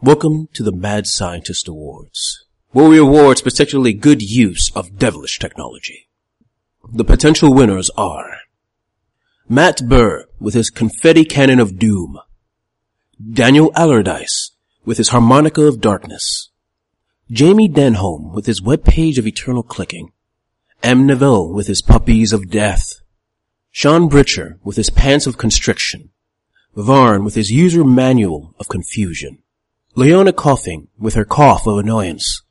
Welcome to the Mad Scientist Awards, where we award particularly good use of devilish technology. The potential winners are Matt Burr with his confetti cannon of doom, Daniel Allardyce with his harmonica of darkness, Jamie Denholm with his webpage of eternal clicking, M. Neville with his puppies of death, Sean Britcher with his pants of constriction, Varn with his user manual of confusion, Leona coughing with her cough of annoyance.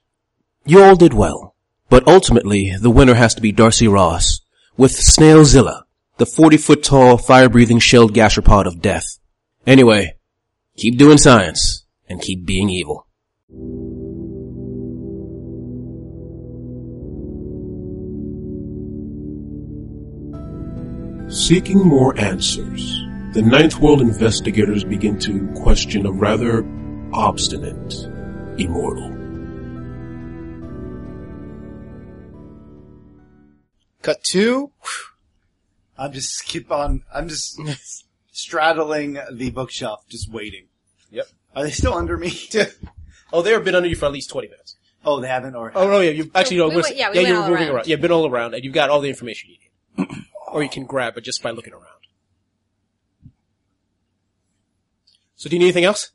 You all did well, but ultimately the winner has to be Darcy Ross with Snailzilla, the 40 foot tall fire breathing shelled gastropod of death. Anyway, keep doing science and keep being evil. Seeking more answers, the Ninth World investigators begin to question a rather obstinate immortal. Cut two. I'm just keep on. I'm just straddling the bookshelf, just waiting. Yep. Are they still under me? Oh, they have been under you for at least 20 minutes. oh, they haven't. Or Oh, no, yeah, you've actually, no, we we're- went- yeah, we went you're all moving around. Yeah, been all around, and you've got all the information you need. or you can grab it just by looking around. So do you need anything else?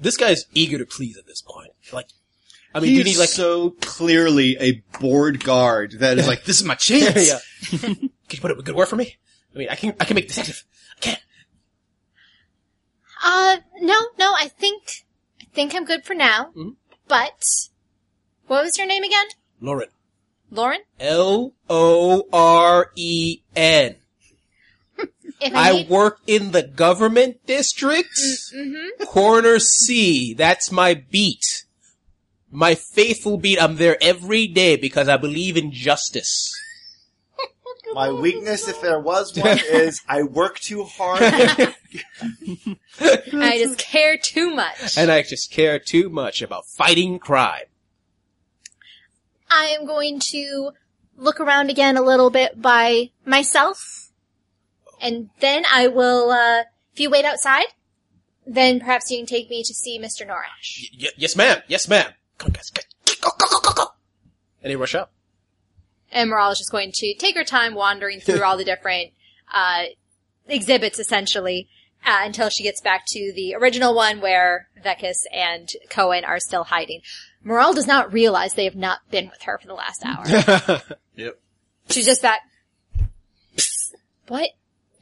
This guy's eager to please at this point. Like, I mean, do you He's need like, so clearly a bored guard that is like, this is my yeah. chance. yeah. can you put up a good word for me? I mean, I can, I can make detective. I can. Uh, no, no, I think, I think I'm good for now. But, what was your name again? Lauren. Lauren? E L-O-R-E-N. If I, I need, Mm, work in the government district. mm-hmm. Corner C. That's my beat. My faithful beat. I'm there every day because I believe in justice. my weakness, if there was one, is I work too hard. I just care too much. And I just care too much about fighting crime. I am going to look around again a little bit by myself. And then I will, uh, if you wait outside, then perhaps you can take me to see Mr. Norash. Y- y- yes, ma'am. Yes, ma'am. Come on, guys. Go, go, go, go, go. And they rush out. And Morale is just going to take her time wandering through all the different, uh, exhibits essentially, uh, until she gets back to the original one where Vekis and Cohen are still hiding. Morale does not realize they have not been with her for the last hour. Yep. She's just back. What?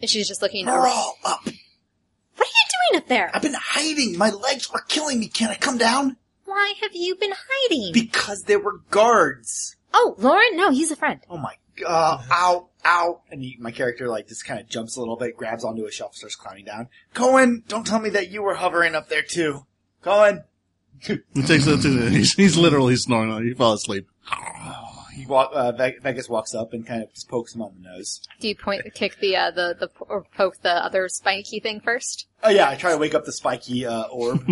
And she's just looking. We're around. all up. What are you doing up there? I've been hiding. My legs were killing me. Can I come down? Why have you been hiding? Because there were guards. oh, Lauren? No, he's a friend. Oh my god! Ow! Ow! And he, my character like just kind of jumps a little bit, grabs onto a shelf, starts climbing down. Cohen, don't tell me that you were hovering up there too. Cohen, He takes it to- he's, he's literally snoring. He fell asleep. he walk. Uh, Ve- Vegas walks up and kind of just pokes him on the nose. Do you point kick the uh, the the or poke the other spiky thing first? Oh yeah, I try to wake up the spiky uh, orb.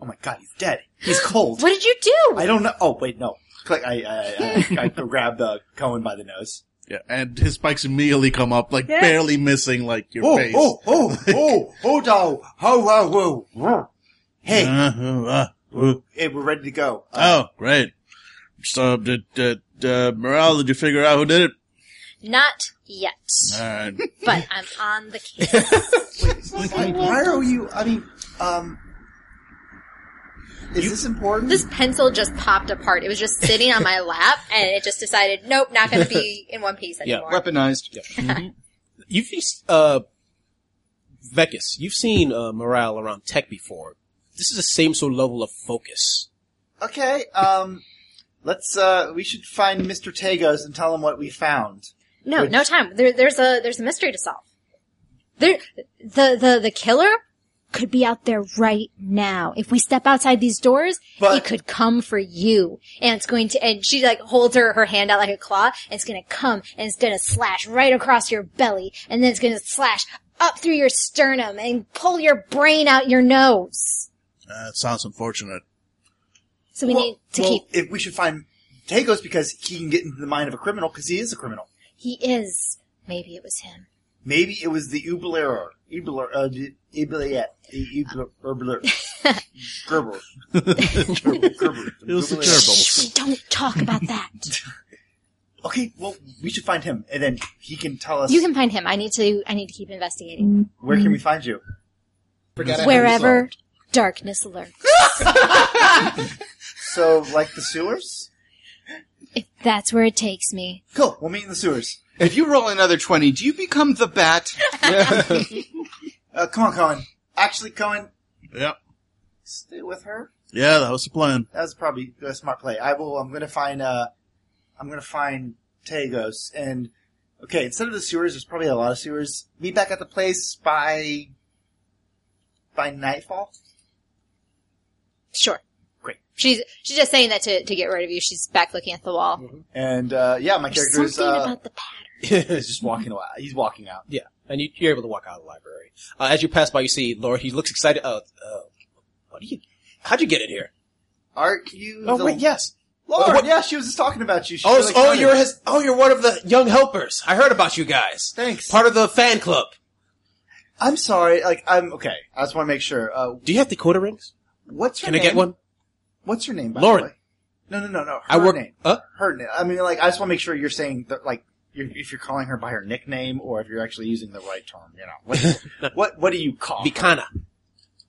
oh my god, he's dead. He's cold. What did you do? I don't know. Oh wait, no. Click. I I, I, I grab uh, Cohen by the nose. Yeah, and his spikes immediately come up, like Yeah. barely missing like your face. oh oh oh dow ho ho ho. Hey, Uh, uh, uh, hey, we're ready to go. Uh, oh, great. So did did, uh, morale? Did you figure out who did it? Uh, Not yet, All right. but I'm on the case. why, why are you? I mean, um, is this important? this pencil just popped apart. It was just sitting on my lap, and it just decided, nope, not going to be in one piece Yeah. anymore. Weaponized. You've seen, uh, Vekis, you've seen, uh, morale around tech before. This is the same sort of level of focus. okay. Um, let's. Uh, we should find Mister Tagos and tell him what we found. No, no time. There, there's a there's a mystery to solve. There, the the the killer could be out there right now. If we step outside these doors, But- it could come for you, and it's going to. And she like holds her her hand out like a claw, and it's going to come, and it's going to slash right across your belly, and then it's going to slash up through your sternum and pull your brain out your nose. Uh, it sounds unfortunate. So we need to well, keep. If we should find Tagos because he can get into the mind of a criminal because he is a criminal. He is. Maybe it was him. Maybe it was the Ubler, Ubler, uh, the Ubler, the Ubler, Ubler, Gerber. Gerber, Gerber. It was the Ubler. gerbil. Don't talk about that. Okay, well, we should find him, and then he can tell us. you can find him. I need to. I need to keep investigating. Where can we find you? Forgot I Mm. Wherever darkness lurks, So, like the sewers? if that's where it takes me. Cool. We'll meet in the sewers. If you roll another 20, do you become the bat? Uh, come on, Cohen. Actually, Cohen, Yep. stay with her. Yeah, that was the plan. That was probably a smart play. I will. I'm gonna find. Uh, I'm gonna find Tagos. And okay, instead of the sewers, there's probably a lot of sewers. Meet back at the place by by nightfall. Sure. Great. She's she's just saying that to, to get rid of you. She's back looking at the wall. And uh, yeah, my character Something is uh, about the pattern. It's just just- walking out. He's walking out. yeah, and you, you're able to walk out of the library. Uh, as you pass by, you see Laura. He looks excited. Uh, uh, what do you? How'd you get in here? Aren't you? Oh the- wait, yes. Lord, what- yeah, she was just talking about you. She Oh, really so- oh, excited. you're his, oh, you're one of the young helpers. I heard about you guys. Thanks. Part of the fan club. I'm sorry. Like I'm okay. I just want to make sure. Uh, Do you have Dakota rings? what's your Can name? I get one? What's your name? By Lauren. The way? No, no, no, no. Her I work. name. Uh, her name. I mean, like, I just want to make sure you're saying that, like, you're, if you're calling her by her nickname or if you're actually using the right term. You know, what what, what do you call her? Vikana.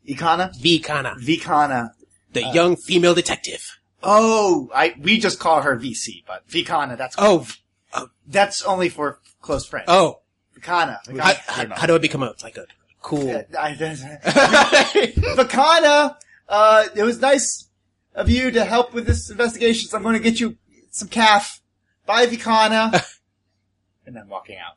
Ikana? Vikana. Vikana. The young female detective. Oh, I we just call her VC, but Vikana. That's Oh, that's only for close friends. oh. Vikana. Vikana. How, how, how do I become a, like a cool? Vakana, uh, it was nice of you to help with this investigation, so I'm going to get you some calf. Bye, Vikana. and I'm walking out.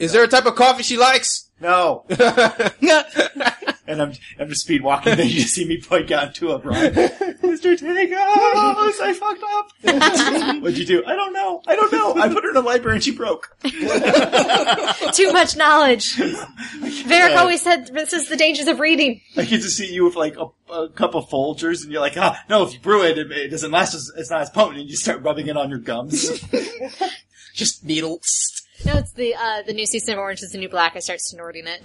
Is there a type of coffee she likes? No. Mr. And I'm, I'm just speed walking, then you just see me point down to a run. Mr. Tagos, I fucked up. What'd you do? I don't know. I don't know. I put her in a library and she broke. Too much knowledge. Varric always said this is the dangers of reading. I get to see you with like a, a cup of Folgers and you're like, ah, no, if you brew it, it, it doesn't last as, it's not as potent and you start rubbing it on your gums. Just needles. No, it's the uh, the new season of Orange is the New Black. I start snorting it.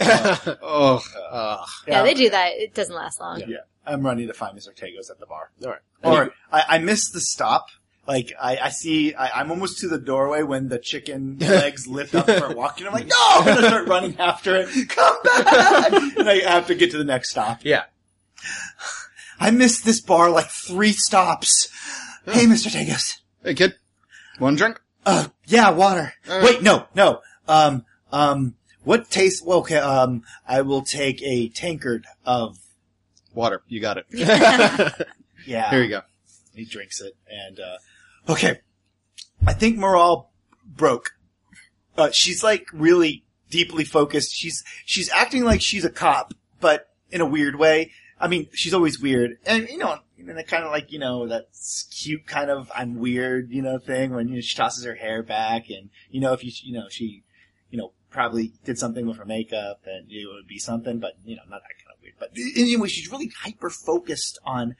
Oh, uh, yeah, they do that. It doesn't last long. Yeah, I'm running to find Mr. Tagos at the bar. all right. Or I, I missed the stop. Like I, I see, I, I'm almost to the doorway when the chicken legs lift up and start walking. I'm like, no, I'm gonna start running after it. Come back! and I have to get to the next stop. Yeah. I missed this bar like three stops. Hey, Mr. Tagos. Hey, kid. One drink? Uh, yeah, water. Wait, no, no. Um, um, what taste? Well, okay. Um, I will take a tankard of. Water. You got it. Yeah. Here you go. He drinks it, and uh, okay. I think morale broke. Uh, she's like really deeply focused. She's she's acting like she's a cop, but in a weird way. I mean, she's always weird, and you know, and that kind of like you know that s- cute kind of I'm weird, you know, thing when you know, she tosses her hair back, and you know if you you know she you know probably did something with her makeup, and it would be something, but you know not that kind of weird. But anyway, she's really hyper focused on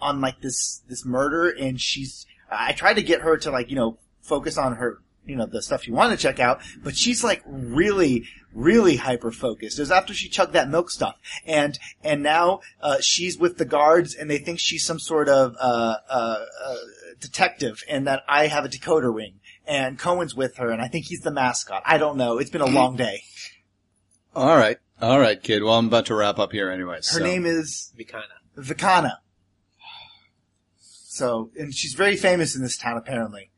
on like this this murder and she's I tried to get her to like, you know, focus on her you know, the stuff she wanted to check out, but she's like really, really hyper focused. It was after she chugged that milk stuff. And, and now, uh, she's with the guards and they think she's some sort of, uh, uh, uh, detective and that I have a decoder ring and Cohen's with her and I think he's the mascot. I don't know. It's been a long day. All right. All right, kid. Well, I'm about to wrap up here anyway. Her name is Vikana. Vikana. So, and she's very famous in this town apparently.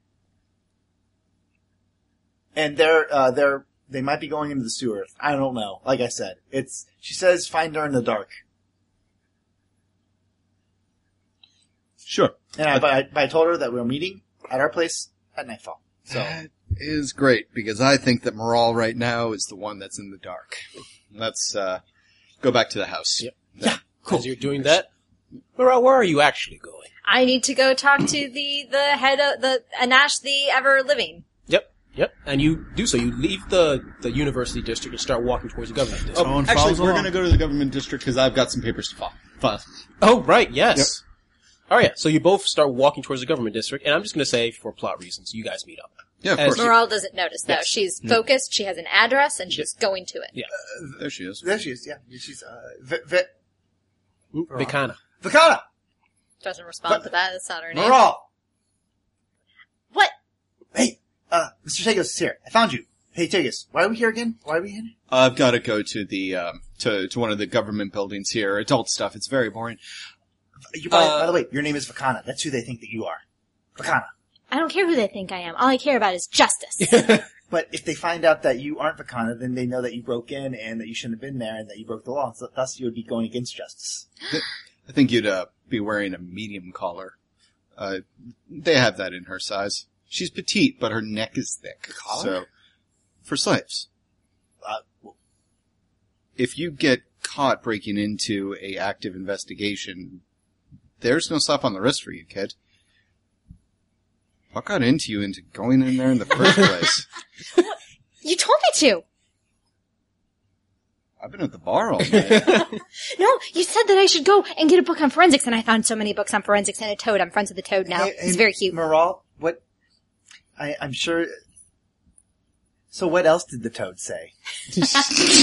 And they're uh, they're they might be going into the sewer. I don't know. Like I said, it's she says find her in the dark. Sure. And I, but I, but I told her that we were meeting at our place at nightfall. So That is great because I think that morale right now is the one that's in the dark. Let's uh, go back to the house. Yep. Cool. As you're doing that, Laura, where are you actually going? I need to go talk to the the head of the Anash the Ever Living. Yep. Yep. And you do so. You leave the, the university district and start walking towards the government district. Someone Oh, Actually, follows we're along. going to go to the government district because I've got some papers to file. file. Oh, right, yes. Oh, All right, so you both start walking towards the government district, and I'm just going to say, for plot reasons, you guys meet up. Yeah, of As- course. Morale doesn't notice though. Yes. She's focused. She has an address and she's going to it. Yeah. There she is. There she is. Yeah, she's uh, v- v- Vicana. Vicana Doesn't respond But- to that. That's not her name. Moral. What? Hey, uh, Mr. Tagos is here. I found you. Hey, Tagos, why are we here again? Why are we in? I've got to go to the um, to to one of the government buildings here. Adult stuff. It's very boring. You by, Uh, by the way, your name is Vakana. That's who they think that you are. Vakana. I don't care who they think I am. All I care about is justice. But if they find out that you aren't Vakana, then they know that you broke in and that you shouldn't have been there and that you broke the law. So thus, you would be going against justice. I think you'd uh, be wearing a medium collar. Uh, they have that in her size. She's petite, but her neck is thick. collar? So, for slaves, Uh, if you get caught breaking into a active investigation, there's no slap on the wrist for you, kid. What got into you into going in there in the first place? You told me to. I've been at the bar all night. No, you said that I should go and get a book on forensics, and I found so many books on forensics and a toad. I'm friends with the toad now. Hey, hey, Oh, He's very cute. Moral, what? I, I'm sure. So what else did the toad say?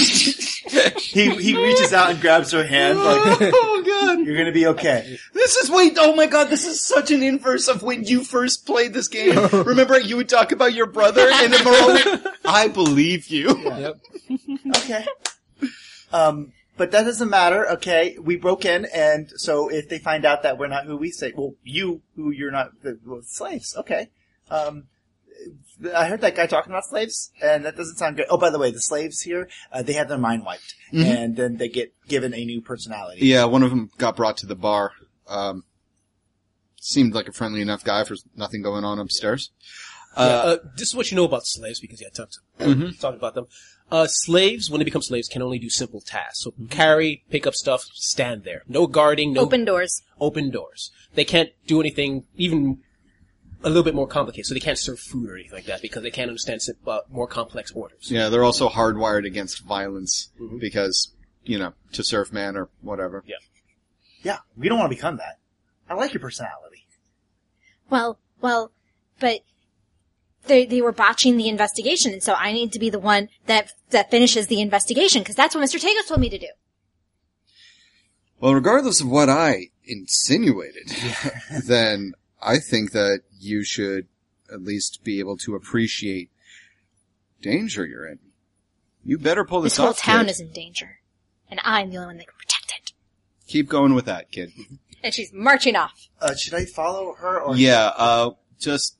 he he reaches out and grabs her hand like oh god. you're gonna be okay. This is wait. Oh my god, this is such an inverse of when you first played this game. Remember, you would talk about your brother, and then Moroni, I believe you. Yep. Okay. Um, but that doesn't matter. Okay, we broke in, and so if they find out that we're not who we say, well, you who you're not the well, slaves. Okay. Um, I heard that guy talking about slaves, and that doesn't sound good. Oh, by the way, the slaves here uh, they have their mind wiped, and then they get given a new personality. Yeah, one of them got brought to the bar. Um, seemed like a friendly enough guy for nothing going on upstairs. Uh, Mm-hmm. uh, this is what you know about slaves because you had talked, talked about them. Uh, slaves, when they become slaves, can only do simple tasks. So carry, pick up stuff, stand there. No guarding, no Open doors. open doors. They can't do anything even a little bit more complicated. So they can't serve food or anything like that because they can't understand sim- uh, more complex orders. Yeah, they're also hardwired against violence because you know to serve man or whatever. Yeah. Yeah, we don't want to become that. I like your personality. Well, well, but they they were botching the investigation, and so I need to be the one that that finishes the investigation because that's what Mr. Tago told me to do. Well, regardless of what I insinuated, then I think that you should at least be able to appreciate danger you're in. You better pull this, This whole off. town kid. is in danger, and I'm the only one that can protect it. Keep going with that, kid. And she's marching off. Uh, should I follow her or? yeah, uh, just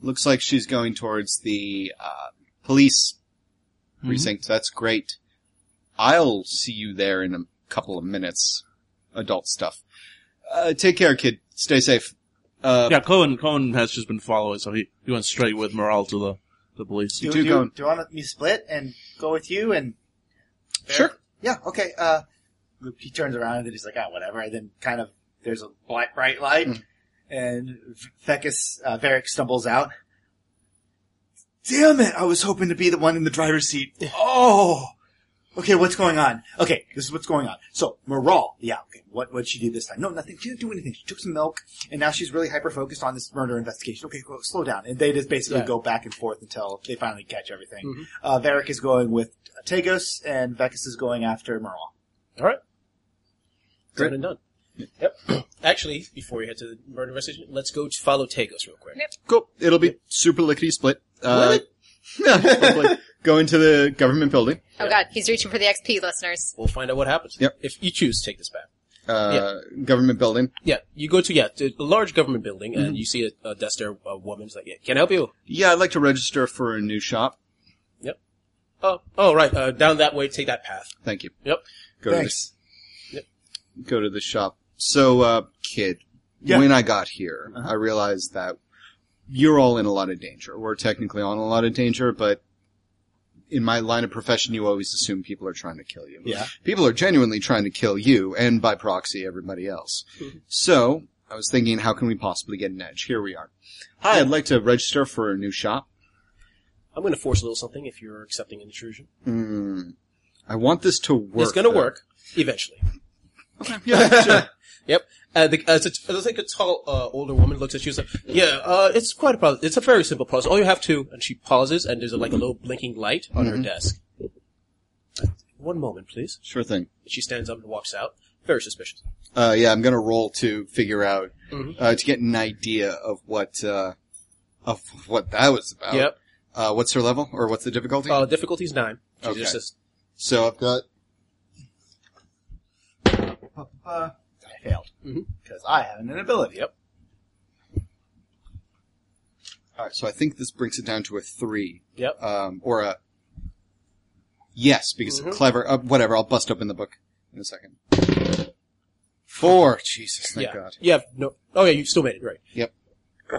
looks like she's going towards the uh, police precinct. That's great. I'll see you there in a couple of minutes. Adult stuff. Uh, take care, kid. Stay safe. Uh, yeah, Cohen Cohen has just been following, so he, he went straight with morale to the, the police. Do, Two do, going. do you want me to split and go with you and? Sure. Yeah. Okay. Uh, he turns around and then he's like, ah, whatever. And then kind of there's a black bright light, and Fecus uh, Varric stumbles out. Damn it! I was hoping to be the one in the driver's seat. Oh. Okay, what's going on? Okay, this is what's going on. So, Moral, yeah, okay, what, what'd she do this time? No, nothing, she didn't do anything. She took some milk, and now she's really hyper-focused on this murder investigation. Okay, go, slow down. And they just basically Yeah. Mm-hmm. go back and forth until they finally catch everything. Uh, Varric is going with Tagos, and Vecus is going after Moral. All right. Good and done. Yep. Actually, before you head to the murder investigation, let's go to follow Tagos real quick. Cool. It'll be super lickety split. Uh, probably. go into the government building. Oh God, he's reaching for the XP, listeners. We'll find out what happens. Yep. If you choose, to take this back. Uh, government building. Yeah, you go to yeah to a large government building Mm-hmm. and you see a, a desk there. A woman's like, yeah, "Can I help you?" Yeah, I'd like to register for a new shop. Oh, oh, right. Uh, down that way. Take that path. Thank you. Yep. Go Thanks. to this. Go to the shop. So, uh, kid, Yeah. Uh-huh. when I got here, I realized that you're all in a lot of danger. We're technically on a lot of danger, but in my line of profession, you always assume people are trying to kill you. Yeah. People are genuinely trying to kill you, and by proxy, everybody else. Mm-hmm. So, I was thinking, how can we possibly get an edge? Here we are. Hi, I'd like to register for a new shop. I'm going to force a little something if you're accepting an intrusion. Hmm. I want this to work. it's going to though. work eventually. Yeah, sure. Yep. Uh, the, uh, it's, a, it's like a tall, uh, older woman looks at you. and like, yeah, uh, it's quite a process. It's a very simple process. All you have to, and she pauses, and there's a, like a little blinking light on Mm-hmm. her desk. One moment, please. Sure thing. She stands up and walks out. Very suspicious. Uh, yeah, I'm gonna roll to figure out Mhm. uh, to get an idea of what uh, of what that was about. Yep. Uh, what's her level or what's the difficulty? Uh, difficulty's nine. She Okay. just says, so I've got Uh, I failed Mhm. because I have an inability. Yep. all right. So I think this brings it down to a three. Yep. Um, or a yes because Mhm. clever. Uh, whatever. I'll bust open the book in a second. Four. Jesus, thank yeah, God. yeah, no, oh yeah, you still made it, right? Yep.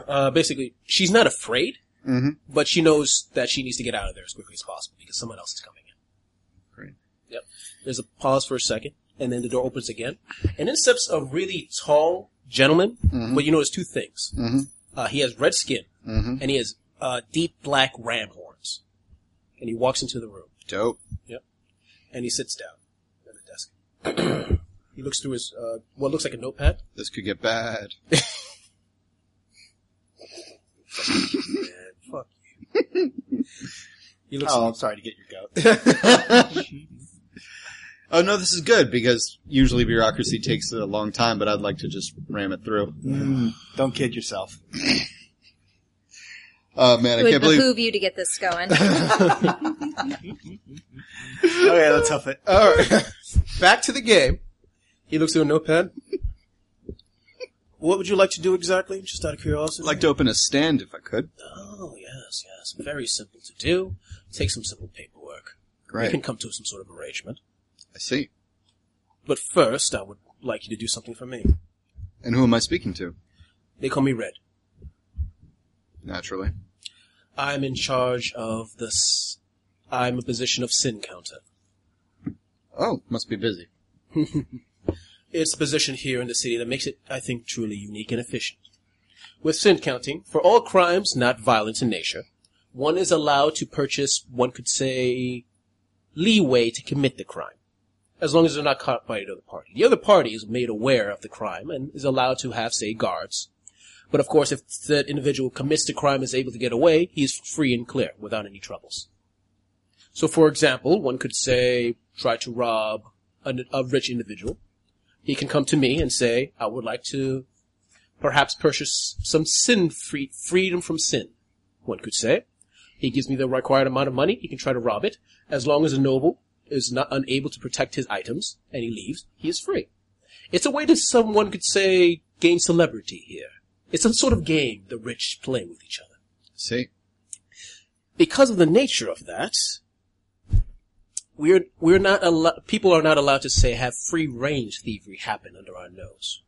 Uh, basically, she's not afraid, Mm-hmm. but she knows that she needs to get out of there as quickly as possible because someone else is coming in. Great. Yep. There's a pause for a second, and then the door opens again, and in steps a really tall gentleman. But you notice two things: Mhm. uh, he has red skin, Mhm. and he has uh, deep black ram horns. And he walks into the room, Dope. and he sits down at the desk. he looks through his uh, what looks like a notepad. This could get bad. Fuck you. he looks. Oh, I'm sorry to get your goat. Oh no, this is good because usually bureaucracy takes a long time, but I'd like to just ram it through. Don't kid yourself. Oh man, It I would can't believe. behoove you to get this going. Okay, let's huff it. All right. Back to the game. He looks through a notepad. what would you like to do exactly? Just out of curiosity. I'd like to open a stand if I could. Oh yes, yes. Very simple to do. Take some simple paperwork. We can Great. come to some sort of arrangement. I see. But first, I would like you to do something for me. And who am I speaking to? They call me Red. Naturally. I'm in charge of this. I'm a position of sin counter. Oh, must be busy. It's a position here in the city that makes it, I think, truly unique and efficient. With sin counting, for all crimes not violent in nature, one is allowed to purchase, one could say, leeway to commit the crime, as long as they're not caught by the other party. The other party is made aware of the crime and is allowed to have, say, guards. But of course, if that individual commits the crime and is able to get away, he is free and clear without any troubles. So, for example, one could say, try to rob a, a rich individual he can come to me and say, I would like to perhaps purchase some sin free, freedom from sin, one could say. He gives me the required amount of money, he can try to rob it. As long as a noble is not unable to protect his items and he leaves, he is free. It's a way that someone could say gain celebrity here. It's a sort of game the rich play with each other. See? Because of the nature of that, we're, we're not allo- people are not allowed to say have free range thievery happen under our nose.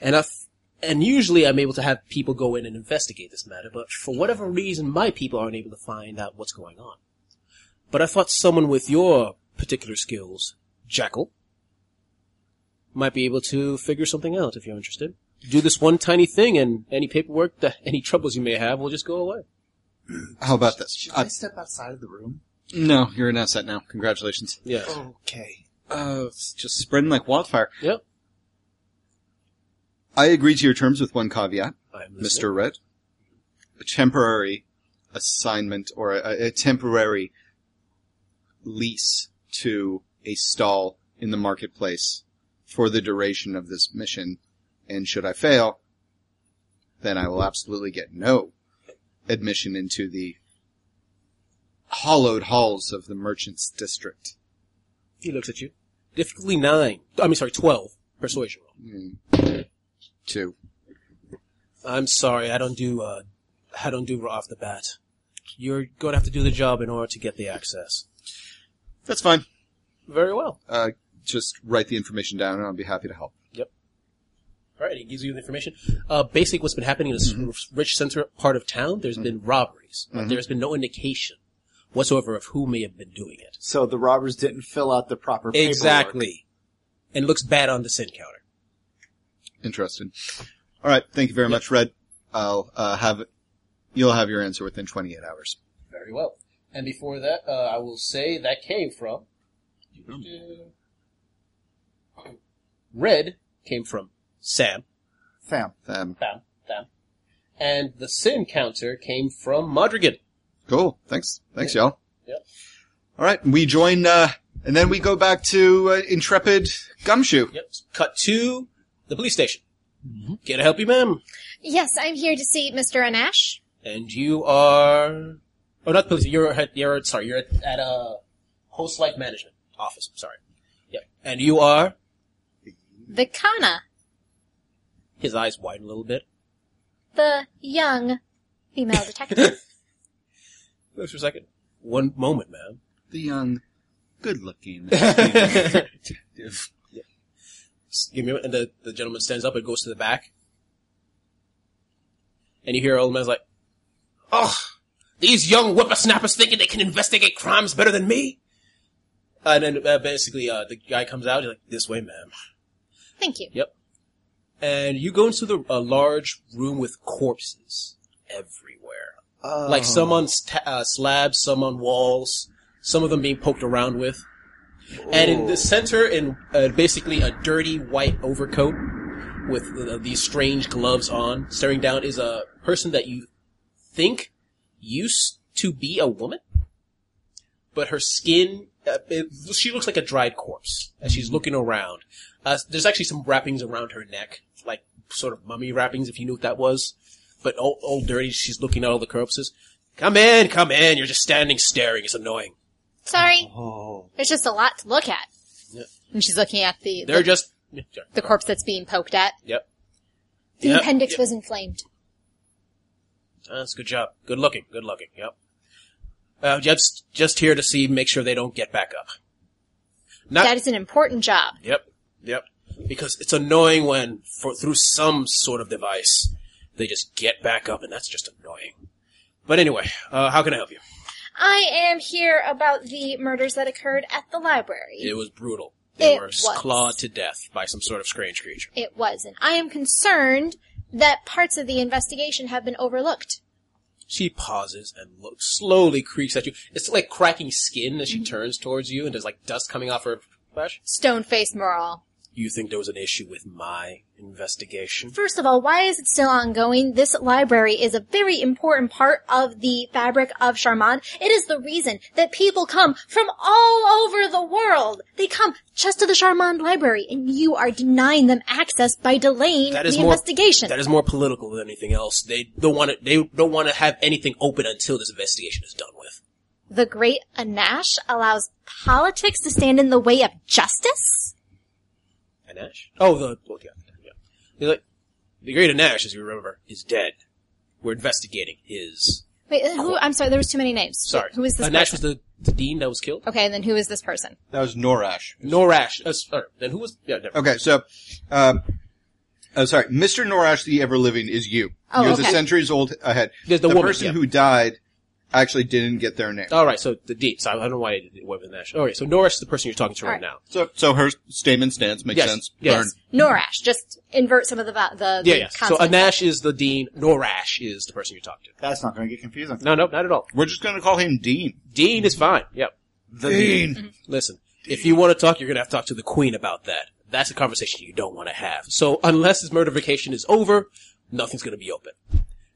And I f- and usually I'm able to have people go in and investigate this matter, but for whatever reason, my people aren't able to find out what's going on. But I thought someone with your particular skills, Jackal, might be able to figure something out if you're interested. Do this one tiny thing, and any paperwork, that, any troubles you may have, will just go away. How about this? Should Uh, I step outside of the room? no, you're an asset now. Congratulations. Yeah. Okay. Uh, it's just spreading like wildfire. Yep. I agree to your terms with one caveat, I'm listening. Mr. Red. A temporary assignment or a, a temporary lease to a stall in the marketplace for the duration of this mission. And should I fail, then I will absolutely get no admission into the hollowed halls of the merchants district. He looks at you. Difficulty nine. I mean, sorry, twelve. Persuasion roll. Two. I'm sorry, I don't do, uh, I don't do off the bat. You're going to have to do the job in order to get the access. That's fine. Very well. Uh, just write the information down and I'll be happy to help. All right, he gives you the information. Uh, basic, what's been happening in this r- rich center part of town, there's been robberies, but there's been no indication whatsoever of who may have been doing it. So the robbers didn't fill out the proper paperwork. Exactly. And looks bad on the sin counter. Interesting. All right. Thank you very much, Red. I'll uh, have you'll have your answer within 28 hours. Very well. And before that, uh, I will say that came from Red came from Sam, Sam. Them. Sam, Sam, and the sin counter came from Modrigan. Cool. Thanks. Thanks, y'all. Yep. All right. We join, uh, and then we go back to uh, Intrepid Gumshoe. Yep. Mm-hmm. Cut to the police station. Get a help you, ma'am. Yes, I'm here to see Mr. Anash. And you are, oh, not police. You're at, you're at, sorry, you're at, at a host life management office. Sorry. Yep. And you are. The Kana. His eyes widen a little bit. The young female detective. Wait for a second. One moment, ma'am. The young, good-looking. S- Give me a minute. And the, the gentleman stands up and goes to the back. And you hear old man's like, Oh, these young whippersnappers thinking they can investigate crimes better than me? And then uh, basically, uh, the guy comes out, he's like, this way, ma'am. Thank you. Yep. And you go into the, a large room with corpses everywhere. Like some on sta uh, slabs, some on walls, some of them being poked around with. And in the center, in uh, basically a dirty white overcoat with uh, these strange gloves on, staring down is a person that you think used to be a woman, but her skin, uh, it, she looks like a dried corpse as she's looking around. Uh, there's actually some wrappings around her neck, like sort of mummy wrappings, if you knew what that was. But all, all dirty, she's looking at all the corpses. Come in, come in, you're just standing staring, it's annoying. Sorry. Oh. There's just a lot to look at. Yep. And she's looking at the, They're the, just, the corpse that's being poked at. Yep. The Yep, appendix yep. was inflamed. That's good job. Good looking. Good looking. Yep. Uh, just just here to see, make sure they don't get back up. Not. That is an important job. yep. Yep. Because it's annoying when, for through some sort of device, they just get back up, and that's just annoying. But anyway, uh, how can I help you? I am here about the murders that occurred at the library. It was brutal. They It were was. clawed to death by some sort of strange creature. It was, and I am concerned that parts of the investigation have been overlooked. She pauses and looks slowly creaks at you. It's like cracking skin as she Mm-hmm. turns towards you, and there's like dust coming off her flesh. Stone faced moral. You think there was an issue with my investigation? First of all, why is it still ongoing? This library is a very important part of the fabric of Charmant. It is the reason that people come from all over the world. They come just to the Charmant library, and you are denying them access by delaying That is the more investigation. That is more political than anything else. They don't want to. They don't want to have anything open until this investigation is done with. the great Anash allows politics to stand in the way of justice? Anash? Oh, the well, yeah, yeah. He's like the great Anash, as you remember, is dead. We're investigating his. Wait, uh, who? I'm sorry, there was too many names. Sorry, Uh, who is this? Anash person? was the, the dean that was killed. Okay, and then who is this person? That was Norash. Norash. Uh, sorry, then who was? Yeah, never. Okay, so, um, oh, sorry, Mr. Norash, the ever living, is you. Oh, You're the okay. centuries old ahead. The- the woman, person yeah. Oh. who died actually didn't get their name. All right, so the dean. So I don't know why I did it with Anash. All right, so Norash is the person you're talking to All right, right. now. So, so her statement stands. Makes Yes, sense. yes. Learn. Norash. Just invert some of the va- the, the Yeah, yeah. So consonants. Anash is the dean. Norash is the person you're talking That's not going to get confusing. to. No, no, not at all. We're just gonna call him Dean. Dean is fine. Yep. The Dean. Listen, if you want to talk, you're going to have to talk to the queen about that. That's a conversation you don't want to have. So unless this murderfication is over, nothing's going to be open.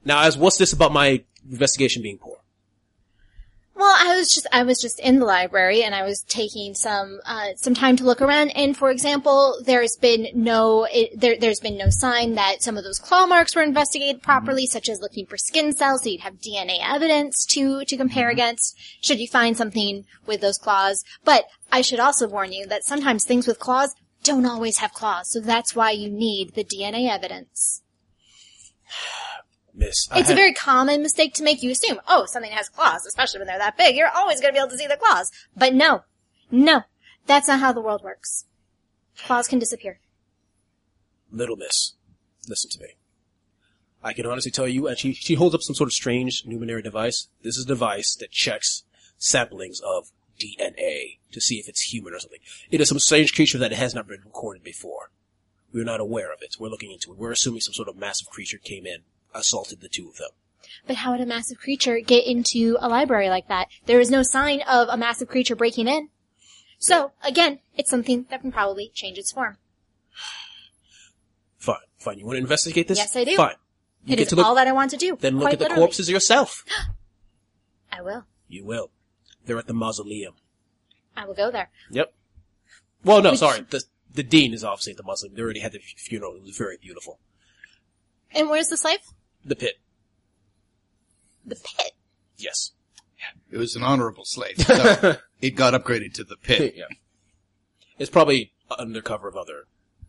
Now, as what's this about my investigation being poor? Well, I was just I was just in the library and I was taking some uh, some time to look around. And for example, there's been no it, there, there's been no sign that some of those claw marks were investigated properly, such as looking for skin cells, so you'd have DNA evidence to to compare against. Should you find something with those claws, but I should also warn you that sometimes things with claws don't always have claws, so that's why you need the DNA evidence Miss, I it's a had- very common mistake to make. You assume, oh, something has claws, especially when they're that big. You're always going to be able to see the claws. But no, no, that's not how the world works. Claws can disappear. little miss. Listen to me. I can honestly tell you, and she, she holds up some sort of strange numinary device. This is a device that checks samplings of DNA to see if it's human or something. It is some strange creature that has not been recorded before. We're not aware of it. We're looking into it. We're assuming some sort of massive creature came in, assaulted the two of them. But how would a massive creature get into a library like that? There is no sign of a massive creature breaking in. So again, it's something that can probably change its form. Fine. You want to investigate this? Yes, I do. Fine. You It get is to look, all that I want to do. then look quite at the literally. corpses yourself. I will. You will. They're at the mausoleum. I will go there. Yep. Well, no, Which- sorry. The, the dean is obviously at the mausoleum. They already had the fu- funeral. It was very beautiful. And where's the slave? The pit. The pit. Yes. It was an honorable slave, so it got upgraded to the pit. yeah. It's probably under cover of other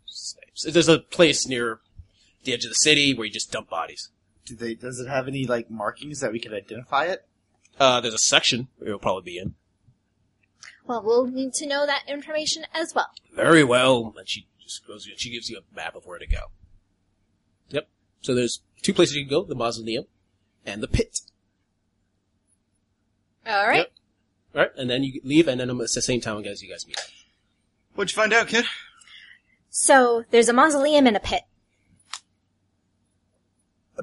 slaves. There's a place near the edge of the city where you just dump bodies. Do they, does it have any like markings that we could identify it? Uh, there's a section it'll probably be in. Well, we'll need to know that information as well. Very well. And she just goes, she gives you a map of where to go. Yep. So there's two places you can go, the mausoleum and the pit. All right. Yep. All right. And then you leave and then it's the same time as you guys meet. What'd you find out, kid? So there's a mausoleum and a pit.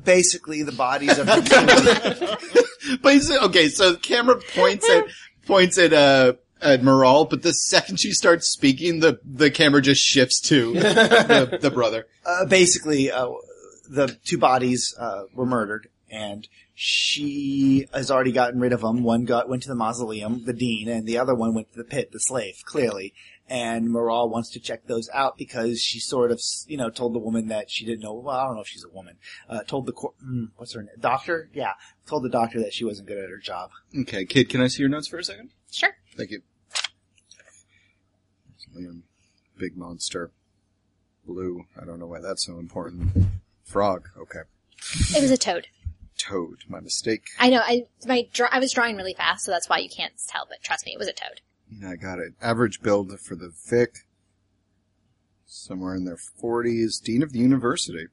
Basically, the bodies of the But he's, okay, so the camera points at points at uh at Moral, but the second she starts speaking, the the camera just shifts to the, the brother. uh, basically uh, the two bodies uh, were murdered, and she has already gotten rid of them. One got went to the mausoleum, the dean, and the other one went to the pit, the slave, clearly. And Moral wants to check those out because she sort of, you know, told the woman that she didn't know. Well, I don't know if she's a woman. Uh, told the cor- mm, what's her name? Doctor? Yeah, told the doctor that she wasn't good at her job. Okay, kid, can I see your notes for a second? Sure. Thank you. Liam, big monster. Blue. I don't know why that's so important. Frog. Okay. It was a toad. Toad. My mistake. I know. I my draw, I was drawing really fast, so that's why you can't tell. But trust me, it was a toad. Yeah, I got it. Average build for the Vic. Somewhere in their 40s. Dean of the university.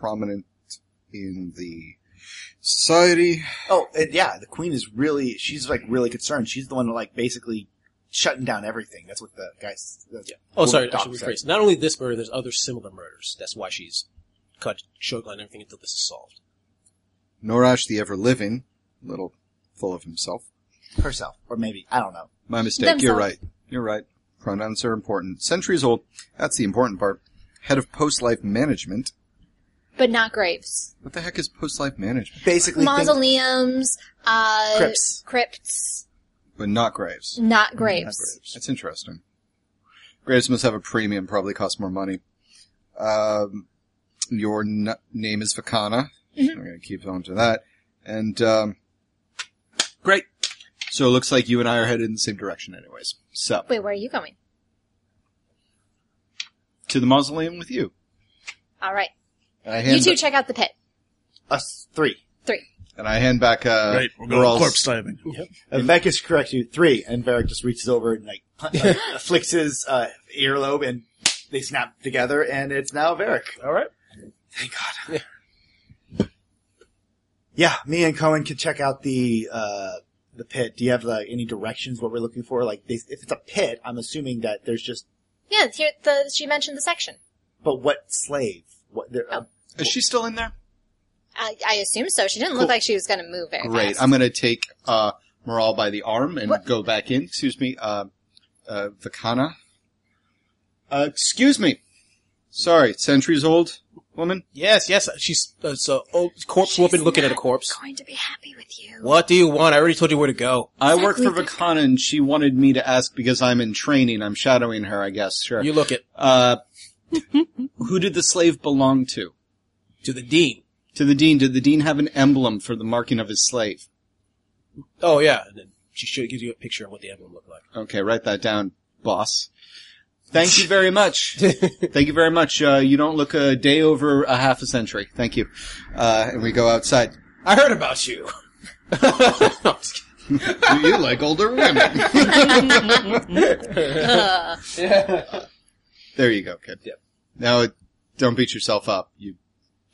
Prominent in the society. Oh, and yeah, the queen is really, she's like really concerned. She's the one like basically shutting down everything. That's what the guys. The, Oh, woman sorry. I doctor should said. rephrase. Not only this murder, there's other similar murders. That's why she's cut short on everything until this is solved. Norash the ever living. A little full of himself. herself, or maybe I don't know. My mistake. You're right. You're right. Pronouns are important. Centuries old. That's the important part. Head of post life management. But not graves. What the heck is post life management? Basically, think- Mausoleums, uh, Crypts. crypts, But not graves. not graves. That's interesting. Graves must have a premium, probably costs more money. Um, your n- name is Vakana. I'm going to keep on to that. And, um, great. So it looks like you and I are headed in the same direction, anyways. So, Wait, where are you going? to the mausoleum with you. All right. And I You hand, two check out the pit. us three. Three. and I hand back, uh, Right, we're going Moral's- corpse diving. And Vekas corrects you three, and Varric just reaches over and like, pun- like flicks his uh, earlobe, and they snap together, and it's now Varric. All right. Thank God. Yeah. me and Cohen can check out the uh, the pit. Do you have like any directions what we're looking for? Like, they, if it's a pit, I'm assuming that there's just. Yeah, it's here the she mentioned the section. But what slave? What? there- Uh, Is she still in there? I, I assume so. She didn't Cool. look like she was going to move very Great. fast. I'm going to take, uh, Moral by the arm and What? go back in. Excuse me, uh, uh, Vakana. Uh, excuse me. Sorry, centuries old woman. Yes, yes. She's uh, so oh, corpse woman looking at a corpse. I'm going to be happy with you. What do you want? I already told you where to go. I work for Exactly. Vakana and she wanted me to ask because I'm in training. I'm shadowing her, I guess. Sure. You look it Uh, who did the slave belong to? to the dean. To the dean. Did the dean have an emblem for the marking of his slave? Oh yeah, and then she show, gives you a picture of what the emblem looked like. Okay, write that down, boss. Thank you very much. Thank you very much. Uh, you don't look a day over a half a century. Thank you. Uh, and we go outside. I heard about you. Do you like older women? Ugh. There you go, kid. Yep. Now, don't beat yourself up. You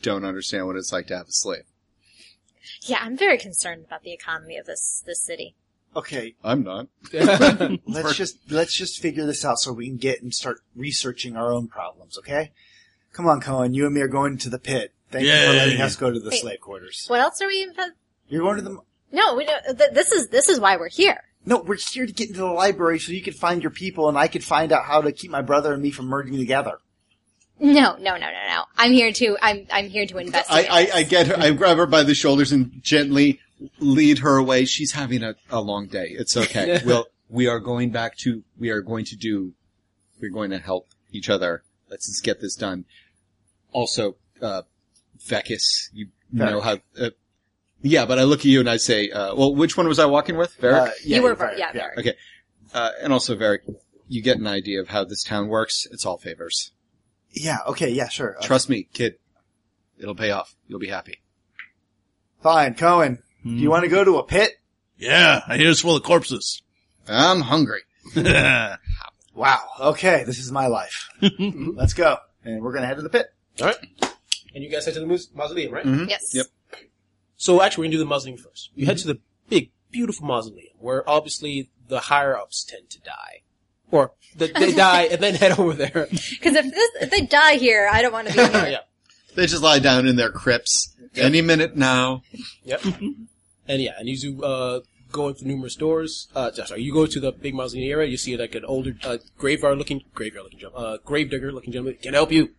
don't understand what it's like to have a slave. yeah, I'm very concerned about the economy of this this city. okay, I'm not. let's just let's just figure this out so we can get and start researching our own problems. Okay, come on, Cohen. You and me are going to the pit. Thank you for Yay. letting us go to the Wait. slave quarters. What else are we? inv- You're going to the No, we don't. Th- this is this is why we're here. no. We're here to get into the library so you can find your people and I can find out how to keep my brother and me from merging together. No, no, no, no, no. I'm here to I'm I'm here to I, investigate. I, I get her. I grab her by the shoulders and gently lead her away. She's having a, a long day. It's okay. well, we are going back to. We are going to do. We're going to help each other. Let's just get this done. Also, uh, Vekis, you know how. Uh, yeah, but I look at you and I say, uh, "Well, which one was I walking with, Varric?" Uh, yeah, you were you're right. yeah, very. okay, uh, and also Varric, you get an idea of how this town works. It's all favors. Yeah. Okay. Yeah. Sure. Uh, Trust me, kid. It'll pay off. You'll be happy. fine, Cohen. Do you want to go to a pit? Hmm. Yeah, I hear it's full of corpses. I'm hungry. Wow. Okay. This is my life. Let's go. And we're gonna head to the pit. And you guys head to the mus- mausoleum, right? Mm-hmm. Yes. Yep. So actually, we're gonna do the mausoleum first. You head to the big, beautiful mausoleum where obviously the higher ups tend to die, or the, they die and then head over there. Because if, this, if they die here, I don't want to be here. yeah. They just lie down in their crypts. Any minute now. Yep. Mm-hmm. and yeah, and you do, uh, going through numerous doors. Uh, sorry, you go to the big mausoleum area. You see like an older uh, graveyard looking graveyard looking gentleman, uh, gravedigger looking gentleman. Can I help you?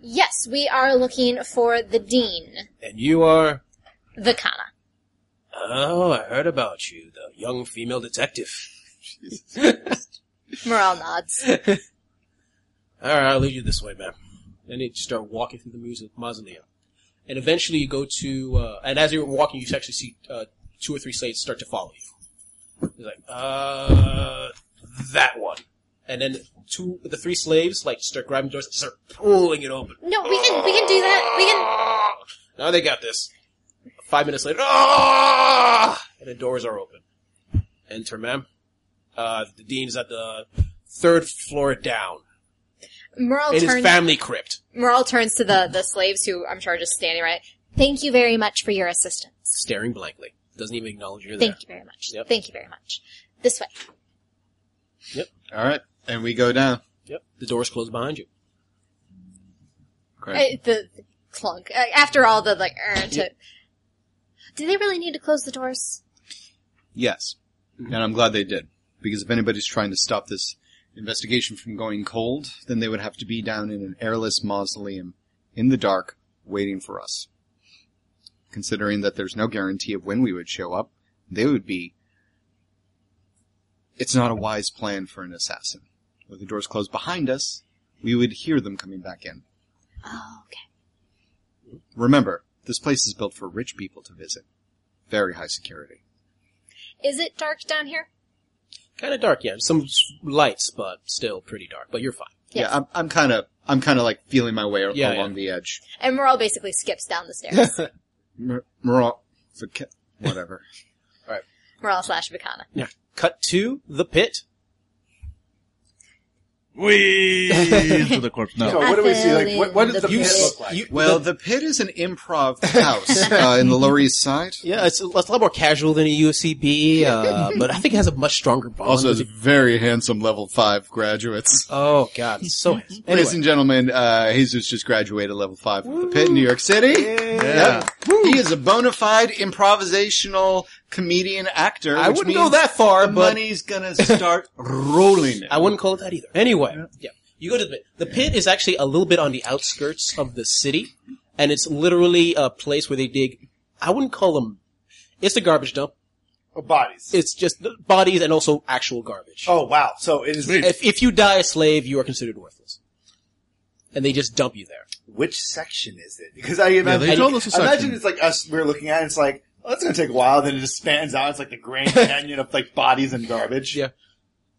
Yes, we are looking for the dean, And you are. the Kana. Oh, I heard about you, the young female detective. Morale nods. All right, I'll lead you this way, ma'am. And you start walking through the muse- mausoleum, and eventually you go to. Uh, and as you're walking, you actually see uh, two or three slaves start to follow you. He's like, uh, that one, and then two, the three slaves like start grabbing doors, and start pulling it open. Ah! No, we can we can do that. We can. Now they got this. Five minutes later, ah! and the doors are open. Enter, ma'am. Uh, the dean's at the third floor down Merle in his turns. family crypt. Merle turns to the the slaves who I'm sure are just standing right. Thank you very much for your assistance. staring blankly. Doesn't even acknowledge you're there. Thank you very much. Yep. Thank you very much. This way. All right. And we go down. Yep. The doors close behind you. Right. Uh, the, the clunk. Uh, after all the like, er, to, do they really need to close the doors? Yes. And I'm glad they did. Because if anybody's trying to stop this investigation from going cold, then they would have to be down in an airless mausoleum in the dark waiting for us. Considering that there's no guarantee of when we would show up, they would be. It's not a wise plan for an assassin. With the doors closed behind us, we would hear them coming back in. Oh, okay. Remember, this place is built for rich people to visit. Very high security. Is it dark down here? Kind of dark, yeah. Some s- lights, but still pretty dark. But you're fine. Yes. Yeah, I'm, I'm kind of, I'm kind of like feeling my way Yeah, along yeah. the edge. And Morel basically skips down the stairs. Mer- Moral, forca- whatever. Morel slash Vicana. Yeah. Cut to the pit. We into the corpse. No. So what do we see? I Like, fell what, what in does the the pit pit. look like? you- well, the- the pit is an improv house uh, in the Lower East Side. yeah, it's, a- it's a lot more casual than a USCB, uh, but I think it has a much stronger bond. Also, with has it. very handsome level five graduates. oh god, it's so nice. Ladies anyway, and gentlemen, uh, Jesus just graduated level five of the pit in New York City. Yeah. Yep. He is a bona fide improvisational comedian actor. I which wouldn't means go that far, The but money's gonna start rolling. I wouldn't call it that either. Anyway, yeah. You go to the pit. The pit is actually a little bit on the outskirts of the city, and it's literally a place where they dig, I wouldn't call them, it's a garbage dump. Or Oh, bodies. It's just the bodies and also actual garbage. oh wow. So it is. If, if you die a slave, you are considered worthless. And they just dump you there. Which section is it? Because I imagine, they told us a I imagine section. it's like us. We're looking at. it, It's like oh, that's going to take a while. Then it just spans out. It's like the Grand Canyon of like bodies and garbage. Yeah.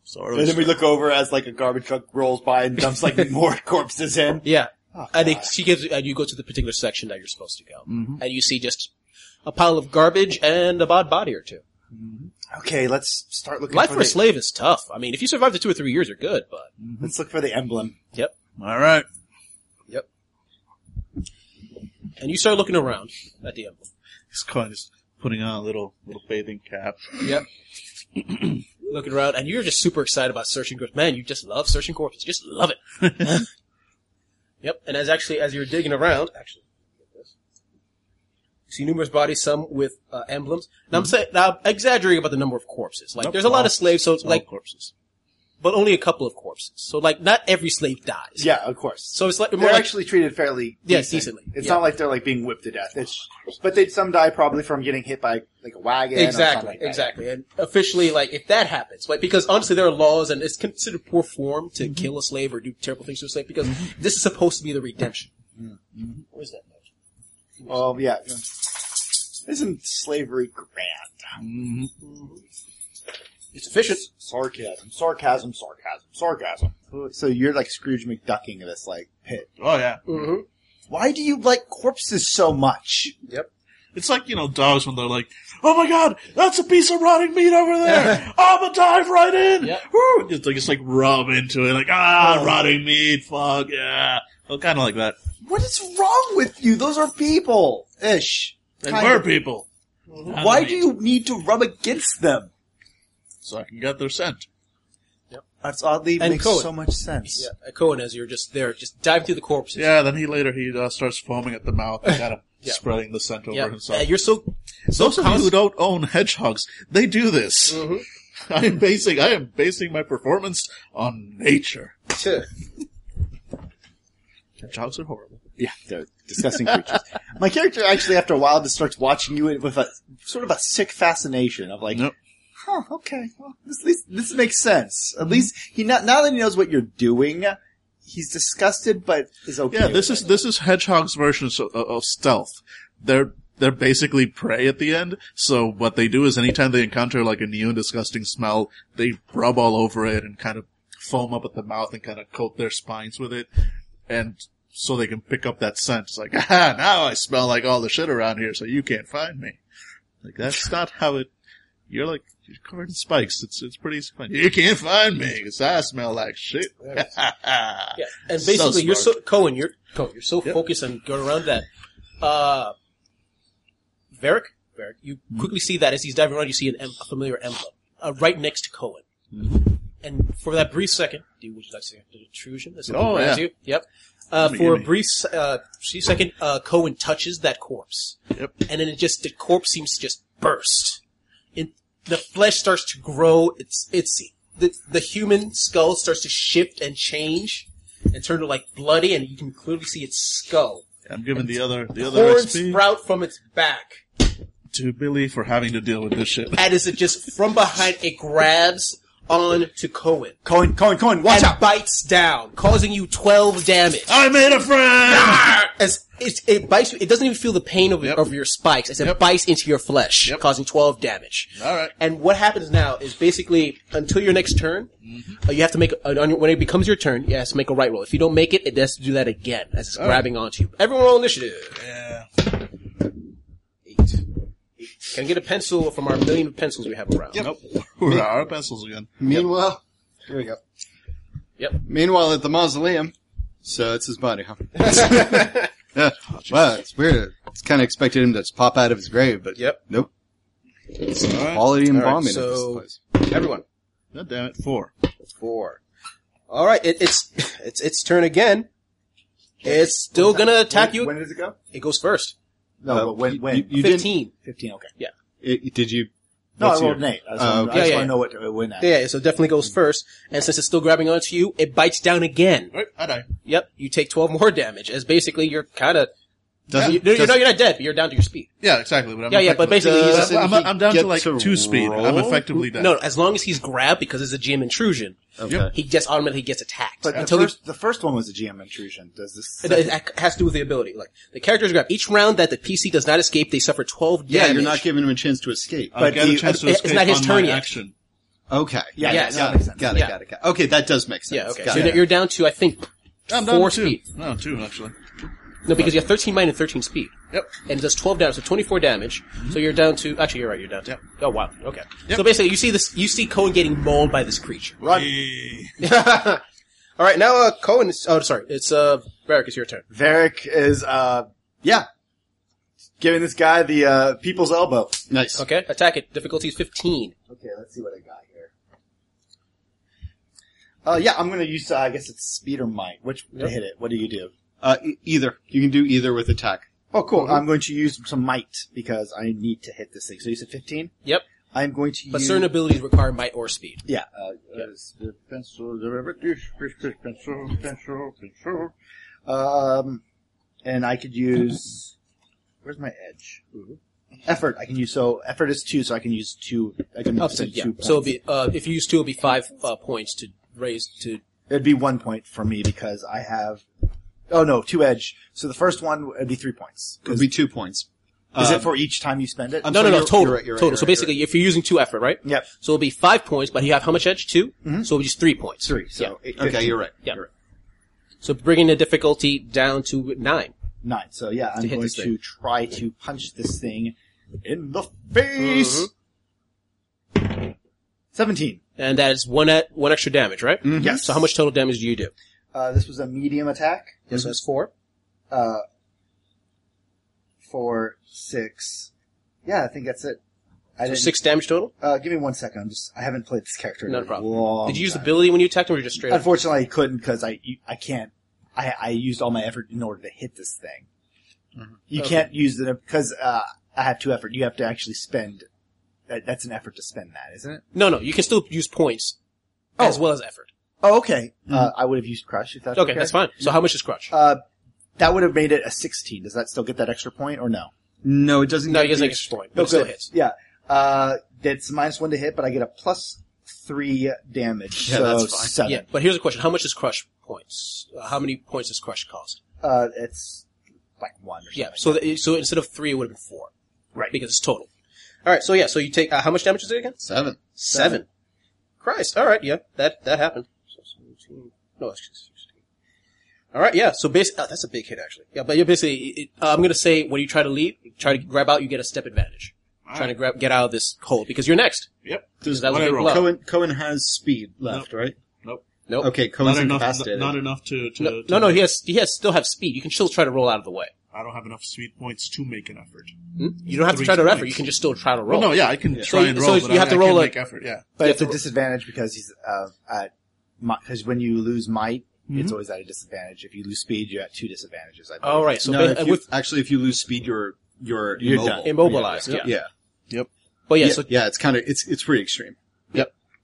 Sort And then of. we look over as like a garbage truck rolls by and dumps like more corpses in. Yeah. Oh, and they, God. she gives, and you go to the particular section that you're supposed to go. Mm-hmm. And you see just a pile of garbage and a bod body or two. okay, let's start looking. Life for for a the, slave is tough. I mean, if you survive the two or three years, you're good, but. Let's look for the emblem. Yep. All right. And you start looking around at the emblem. He's kind of putting on a little little bathing cap. Yep. looking around, and you're just super excited about searching corpses. Man, you just love searching corpses. You just love it. yep. And as actually as you're digging around, actually, get this. you see numerous bodies, some with uh, emblems. Now I'm saying now I'm exaggerating about the number of corpses. Like Nope. there's a lot Well, of slaves, so it's All like corpses. but only a couple of corpses. So like not every slave dies. Yeah, of course. So it's like more They're like, actually treated fairly Yeah, decent. decently. It's Yeah. not like they're like being whipped to death. It's, but they some die probably from getting hit by like a wagon. or something Exactly, like that. exactly. And officially, like, if that happens, like, because honestly, there are laws, and it's considered poor form to kill a slave or do terrible things to a slave, because this is supposed to be the redemption. Where's that? note? Well, yeah. Isn't slavery grand? Mm-hmm. It's efficient. Sarcasm, sarcasm, sarcasm, sarcasm. So you're like Scrooge McDucking this like pit. Oh yeah, Mm-hmm. Why do you like corpses so much? it's like you know dogs when they're like, "Oh my god, that's a piece of rotting meat over there. I'ma dive right in." Yeah. Oh. Woo! Just like just like rub into it, like ah, rotting meat. Fuck yeah. Well, kind of like that. What is wrong with you? Those are people ish. And Kind we're of. people, Not Why meat. do you need to rub against them? so I can get their scent. That's oddly And makes Cohen. so much sense. Yeah, uh, Cohen, as you're just there, just dive through the corpses. Yeah. Then he later he uh, starts foaming at the mouth, kind of Yeah. spreading the scent over Yeah. himself. Uh, you're so, so Those of you const- who don't own hedgehogs, they do this. Mhm. I am basing I am basing my performance on nature. Hedgehogs are horrible. Yeah, they're disgusting creatures. My character actually, after a while, just starts watching you with a sort of a sick fascination of like, Yep. huh, okay, well, this, at least this makes sense. At least he not, now that he knows what you're doing, he's disgusted but is okay. Yeah, this with is this is hedgehogs' version of, of stealth. They're they're basically prey at the end. So what they do is anytime they encounter like a new and disgusting smell, they rub all over it and kind of foam up at the mouth and kind of coat their spines with it, and so they can pick up that scent. It's like, ah, now I smell like all the shit around here, so you can't find me. Like that's not how it. You're like you're covered in spikes. It's it's pretty fun. You can't find me because I smell like shit. Yeah, and So basically, you're so smart. Cohen. You're Cohen. You're so Yep. focused on going around that. Uh, Varric, Varric, you quickly see that as he's diving around, you see an em- a familiar emblem uh, right next to Cohen. Mm-hmm. And for that brief second, do you would you like to say an intrusion? That's something Oh, grabs yeah. you. Yep. Uh, Gimme, for a gimme. brief s- uh, se- second, uh, Cohen touches that corpse, Yep. and then it just the corpse seems to just burst. It, the flesh starts to grow. It's it's the the human skull starts to shift and change and turn to like bloody, and you can clearly see its skull. I'm giving the other the other Horns XP sprout from its back. to Billy for having to deal with this shit. And as it just from behind, it grabs on to Cohen it. Cohen, Cohen, Cohen, watch and out! bites down, causing you twelve damage. I made a friend. As it, it bites, you- it doesn't even feel the pain of, Yep. of your spikes. As it Yep. bites into your flesh, Yep. causing twelve damage. All right. And what happens now is basically until your next turn, uh, you have to make uh, on your, when it becomes your turn, you have to make a right roll. If you don't make it, it has to do that again as it's grabbing onto you. Everyone roll initiative. Yeah. Eight. Can I get a pencil from our million of pencils we have around? Nope. We're out our pencils again. Meanwhile, here we go. Yep. Meanwhile, at the mausoleum, so it's his body, huh? yeah. Wow, it's weird. It's kind of expected him to just pop out of his grave, but Yep. nope. It's a right. quality embalming All right, of this so- place. Everyone. God damn it. Four. Four. All right. It, it's it's its turn again. It's still gonna attack you. When does it go? It goes first. No, Uh, but when? you- when? You, you didn't. Fifteen. Fifteen. Okay. It, did you? No, what's I rolled your- an eight. I just, Oh, want, okay. I just Yeah, want yeah. to know what to win at. Yeah, so it definitely Mm-hmm. goes first. And since it's still grabbing onto you, it bites down again. Right. I die. Yep, you take 12 more damage, as basically you're kind of. Doesn't, you, no, you're, does- no, you're not dead, but you're down to your speed. Yeah. Exactly. But I'm Yeah, yeah, but effectively- basically he's- I'm, I'm, I'm down Get to like to two speed. I'm roll? effectively dead. No, as long as he's grabbed, because it's a GM intrusion, okay. he just automatically gets attacked. But the until he- first, the first one was a GM intrusion. Does this? it, it has to do with the ability. Like the characters grab each round that the PC does not escape, they suffer 12 Yeah, damage. you're not giving him a chance to escape. I get a you- chance to uh, it's escape not his on turn my yet. action. Okay. Yeah, yeah, got, that got, makes it, sense. got it. Yeah. Got it. Got it. Okay, that does make sense. Yeah, okay. Got So you're- it. you're down to I think I'm down four to two. speed. No, two actually. No, because you have 13 minus 13 speed. Yep. And it does 12 damage, so 24 damage. So you're down to, actually you're right, you're down to. Yep. Oh wow, okay. Yep. So basically you see this, you see Cohen getting mauled by this creature. Eh, Alright, now uh, Cohen is, oh sorry, it's uh, Varric, it's your turn. Varric is uh yeah, giving this guy the uh people's elbow. nice. Okay, attack it. Difficulty is 15. Okay, let's see what I got here. Uh, yeah, I'm gonna use. Uh, I guess it's speed or might. Which to hit it? What do you do? Uh, e- either you can do either with attack. Oh, cool. I'm going to use some might because I need to hit this thing. So you said 15. Yep. I'm going to But use. certain abilities require might or speed. yeah. Uh, uh, pencil, pencil, pencil, pencil. Um, and I could use. Where's my edge? Mm-hmm. Effort. I can use so effort is two, so I can use two. I can Up to, spend yeah. two. So it'll points. be, uh, if you use two, it'll be five uh, points to raise to. it'd be one point for me because I have. Oh no, two edge. So the first one would be three points. It'll be two points. Is Uh, Um, it for each time you spend it? I'm No, sorry, no, no, you're- total. you're right, you're right, total. you're so right, you're basically, if you're using two effort, right? Yep. So it'll be five points, but you have how much edge? 2 Mm-hmm. So it'll be just three points. Three. So eight- Okay, you're right. Yeah. You're right. So bringing the difficulty down to nine. nine. So yeah, I'm hit going this to thing. try to punch this thing in the face. Mm-hmm. Seventeen. And that is one at one extra damage, right? Mm-hmm. Yes. So how much total damage do you do? Uh, this was a medium attack. Yes, so that's four. Uh, four, six. Yeah, I think that's it. I So didn't, six damage total. Uh, give me one second. I'm just. I haven't played this character. in Not a a problem. long Did you use time. ability when you attacked him, or just straight? up? Unfortunately, I couldn't because I I can't. I I used all my effort in order to hit this thing. You Mm-hmm. Okay. can't use it because uh, I have two effort. You have to actually spend. That, that's an effort to spend that, isn't it? No, no, you can still use points as well as effort. Oh, okay. Uh, I would have used crush if that's Mm-hmm. Okay, that's fine. So how much is crutch? Uh, that would have made it a sixteen. Does that still get that extra point or no? No, it doesn't. no, get he doesn't the get extra point, but No it still good. hits. Yeah. Uh, that's minus one to hit, but I get a plus three damage. Yeah, so that's fine. Seven. Yeah, but here's a question: How much is crush points? Uh, how many points does crush cost? Uh, it's like one or something. Yeah, so that, so instead of three, it would have been four, Right. Because it's total. All right, so yeah, so you take uh, how much damage is it again? Seven. Seven. Christ. All right. Yeah. That that happened. So 17. No, that's just 16. All right. Yeah. So basically, oh, that's a big hit actually. Yeah. But you're basically, it, uh, I'm gonna say when you try to leave, try to grab out, you get a step advantage. Trying to grab, get out of this hole because you're next. Yep. Because that was What a I big roll. blow. Cohen Cohen has speed left, right? Nope. Nope. Okay, Cohen's Not enough, incapacitated. not enough to, to, No, to- no, no, he has, he has still have speed. You can still try to roll out of the way. I don't have enough speed points to make an effort. Hmm? You don't have to Three try to effort. points. You can just still try to roll. Well, no, yeah, I can try So- and so roll, but you I, have to I roll can't a- make effort. Yeah, But You it's a have to- disadvantage because he's uh, at because when you lose might, it's always at a disadvantage. If you lose speed, you're at two disadvantages. I believe. Mm-hmm. All right. So no, ba- uh, if you- with actually, if you lose speed, you're you're, You're immobile. done. immobilized. Yeah. Yeah. But yeah, yeah, so, yeah, it's kind of it's it's pretty extreme.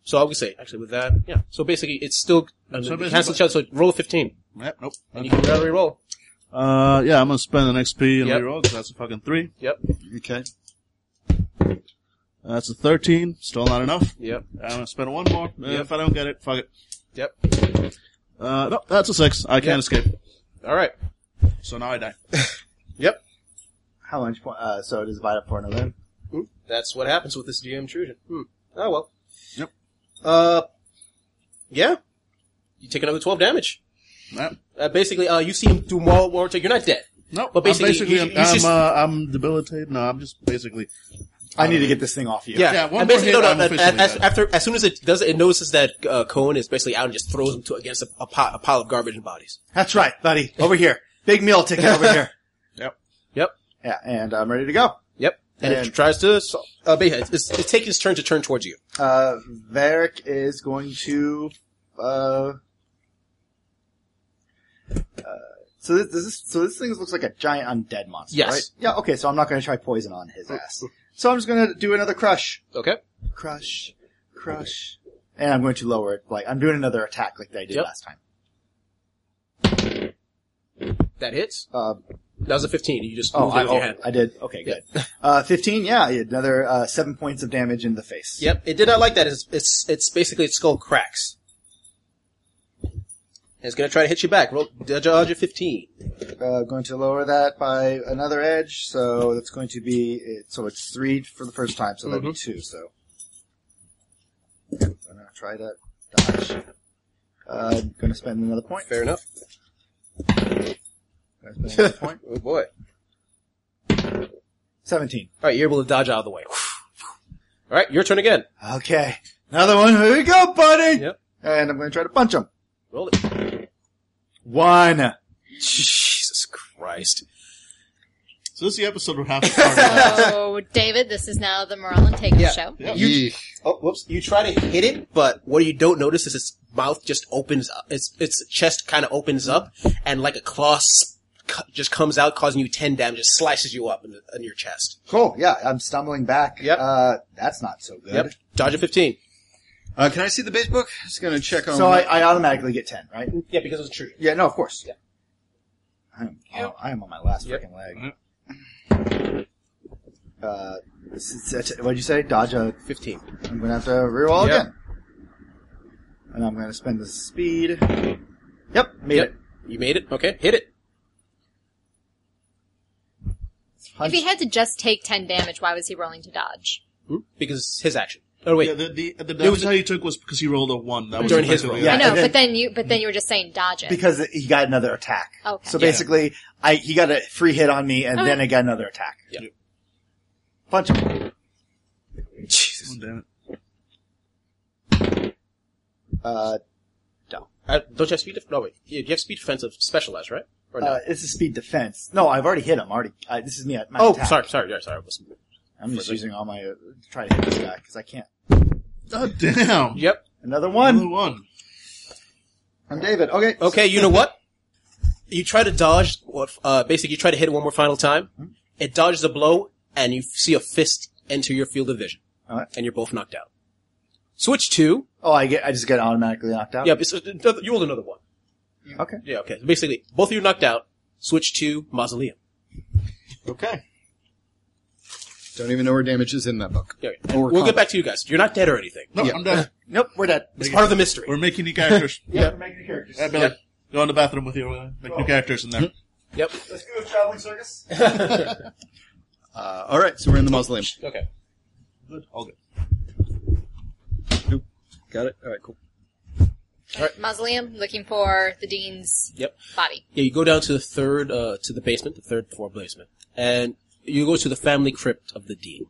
so I would say actually with that, yeah. So basically it's still, uh, basically- cancel each other. So roll a 15 Yep, nope. and you can barely roll. Uh, yeah, I'm gonna spend an XP and Yep. reroll because that's a fucking three. Uh, Yep. Okay. That's a thirteen. Still not enough. Yep. I'm gonna spend one more. Uh, Yep. If I don't get it, fuck it. Yep. Uh, no, that's a six. I can't escape. All right. So now I die. Yep. How much? po- Uh, so it is divided up for another. That's what happens with this GM intrusion. Hmm. Oh well. Yep. Uh, yeah. You take another twelve damage. Yep. Uh, basically, uh, you see him do more more. attack. You're not dead. No, But basically, I'm, basically, you- I'm, you just- I'm, uh, I'm debilitated. No, I'm just basically. I need to get this thing off you. Yeah, one and basically, more hit, no, I'm no, officially as, as- dead. after as soon as it does, it, it notices that uh, Cohen is basically out and just throws him to against a, a, pot, a pile of garbage and bodies. That's right, buddy. Over here. Big meal ticket over here. Yep. Yep. Yeah, and I'm ready to go. Yep. And, it And- tries to. assault- Uh, but yeah, it's, it's, it's taking its turn to turn towards you. Uh, Varric is going to, uh, uh, so this, this, is- so this thing looks like a giant undead monster, Yes. right? Yeah, okay, so I'm not gonna try poison on his ass. So I'm just gonna do another crush. Okay. Crush. Crush. And I'm going to lower it, like, I'm doing another attack like I did Yep. last time. That hits. Uh, That was a fifteen. You just oh, moved it I, with oh, your hand. I did. Okay, good. Uh, 15, yeah, another, uh, seven points of damage in the face. Yep, it did not like that. It's it's, it's basically its skull cracks. And it's gonna try to hit you back. Roll dodge a fifteen. Uh, going to lower that by another edge, so that's going to be it, so it's three for the first time, so that'd be two. So I'm gonna try to dodge. Uh, going to spend another point. Fair enough. Gonna spend another point. Oh boy. All Seventeen. right, you're able to dodge out of the way. All right, your turn again. Okay, another one. Here we go, buddy. Yep. And I'm going to try to punch him. Roll it. One. Jesus Christ. So this is the episode where half the party. So, David, this is now the Morale and Taker Yeah. show. You, Oh, whoops. You try to hit it, but what you don't notice is its mouth just opens up. Its its chest kind of opens up, and like a claw s- cu- just comes out, causing you ten damage. It slices you up in, the, in your chest. Cool. Yeah, I'm stumbling back. Yep. Uh, that's not so good. Yep. Dodge a fifteen. Uh, can I see the base book? Just gonna check on. So I, I automatically get 10, right? Yeah, because it was true. Yeah, no, of course. Yeah. I'm, oh, I am on my last Yep. Mm-hmm. freaking leg. Uh, s- s- s- what'd you say? Dodge a. Fifteen. I'm gonna have to reroll Yep. again. And I'm gonna spend the speed. Yep, made Yep. it. You made it. Okay, hit it. If he had to just take 10 damage, why was he rolling to dodge? Hmm? Because it's his action. Oh wait, Yeah, the, the, the It was- damage that he took was because he rolled a one. That was During his effectively roll. I it. know, and then- but then you, but then you were just saying dodge it. Because he got another attack. Okay. So Yeah. basically, I he got a free hit on me, and Okay. then I got another attack. Yeah. Punch him. Oh, damn it. Uh, uh, don't you have speed? Def- no wait, you you have speed defense of specialized, right? Or no? uh, it's a speed defense. No, I've already hit him. Already. Uh, this is me. at My oh, attack. sorry, sorry, yeah, sorry. I wasn't- I'm just using all my uh, to try to hit this guy because I can't. Oh, damn. Yep. Another Another one. one. I'm David. Okay. Okay, you know what? You try to dodge, what- uh, basically you try to hit it one more final time. It dodges a blow, and you see a fist enter your field of vision. Alright. And you're both knocked out. Switch two. Oh, I get. I just get automatically knocked out. Yeah, it's- uh, you rolled another one. Okay. Yeah, okay. Basically, both of you are knocked out. Switch to mausoleum. Okay. Don't even know where damage is in that book. Yeah, yeah. Or We'll combat. get back to you guys. You're not dead or anything. No, I'm done. Nope. We're dead. It's part of the mystery. We're making new characters. Yeah. We're making the characters. Yeah, Billy, Yep. go in the bathroom with you. uh, Make Oh. new characters in Hmm? there. Yep. Let's go to traveling circus. Uh, all right, so we're in the mausoleum. Okay. Good. All good. Got it. All right, cool. Mausoleum, looking for the dean's Yep. body. Yeah, you go down to the third, uh, to the basement, the third floor basement, and you go to the family crypt of the dean.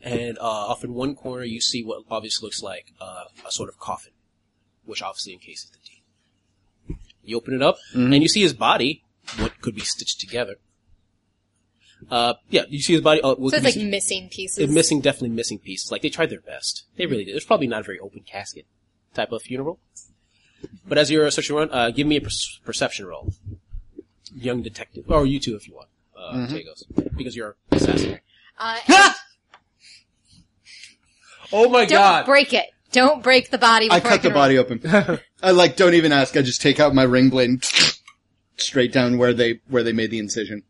And uh, off in one corner, you see what obviously looks like uh, a sort of coffin, which obviously encases the dean. You open it up, and you see his body, what could be stitched together. Uh, yeah, you see his body. Uh, what So could it's be like stitched- missing pieces. they're missing, definitely missing pieces. Like they tried their best. They really did. It's probably not a very open casket type of funeral. But as you're searching around, uh, give me a per- perception roll, young detective, or you two if you want, uh, Tagos, because you're assassin. Uh, Oh my don't break it. Don't break the body. I before cut the can- body open. I like don't even ask. I just take out my ring blade and straight down where they where they made the incision.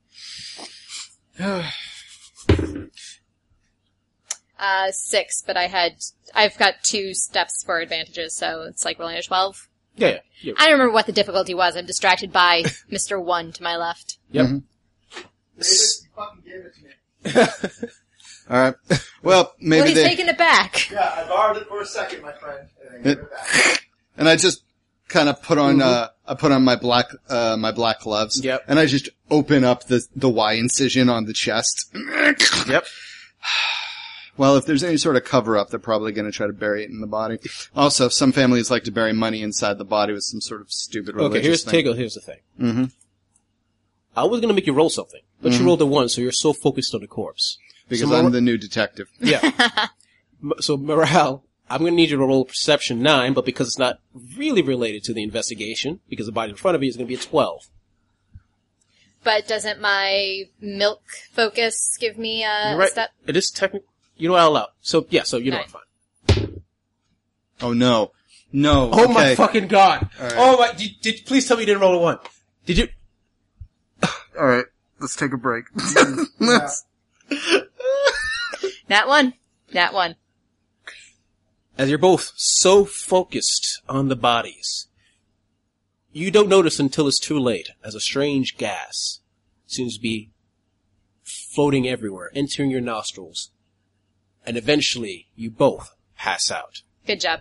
Uh, six, but I had, I've got two steps for advantages, so it's like rolling a 12. Yeah, yeah, yeah. I don't remember what the difficulty was. I'm distracted by Mr. One to my left. Yep. fucking gave it to me. All right. Well, maybe well, he's they. taking it back. Yeah, I borrowed it for a second, my friend. And gave it and I just kind of put on uh I put on my black uh my black gloves. Mm-hmm. Yep. And I just open up the the Y incision on the chest. Yep. Well, if there's any sort of cover up, they're probably going to try to bury it in the body. Also, some families like to bury money inside the body with some sort of stupid religious Okay, here's thing. Tagos. Here's the thing. Mhm. I was gonna make you roll something, but you rolled a one, so you're so focused on the corpse. because So I'm mor- the new detective. Yeah. M- so morale, I'm going to need you to roll perception nine, but because it's not really related to the investigation, because the body in front of you is going to be a twelve. But doesn't my milk focus give me a, You're a right. Uh, step? It is technically you know what I'll allow. So yeah, so you know Alright. what, fine. Oh no. No. Oh my okay. fucking god! Alright. Oh my! Did, did please tell me you didn't roll a one? Did you? All right. Let's take a break. That one. That one. As you're both so focused on the bodies, you don't notice until it's too late as a strange gas seems to be floating everywhere, entering your nostrils, and eventually you both pass out. Good job.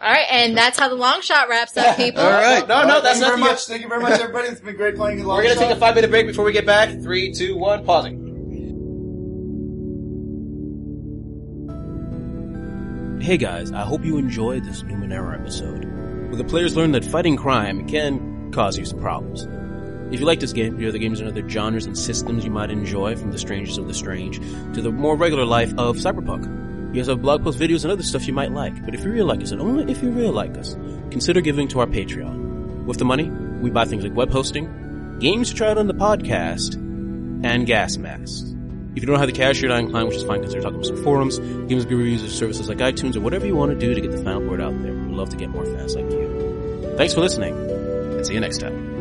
All right, and that's how the long shot wraps up, people. All right. No, no, that's Thank you not very much. Thank you very much, everybody. It's been great playing you. We're gonna take a five minute break before we get back. Three, two, one, pausing. Hey guys, I hope you enjoyed this Numenera episode, where the players learned that fighting crime can cause you some problems. If you like this game, the other games and other genres and systems you might enjoy, from the strangers of the strange to the more regular life of cyberpunk. We also have blog posts, videos, and other stuff you might like, but if you really like us, and only if you really like us, consider giving to our Patreon. With the money, we buy things like web hosting, Games Tried on the Podcast, and Gas Mask. If you don't have the cash, you're not inclined, which is fine because they're talking about some forums, games review reviews, or services like iTunes, or whatever you want to do to get the final word out there. We'd love to get more fans like you. Thanks for listening, and see you next time.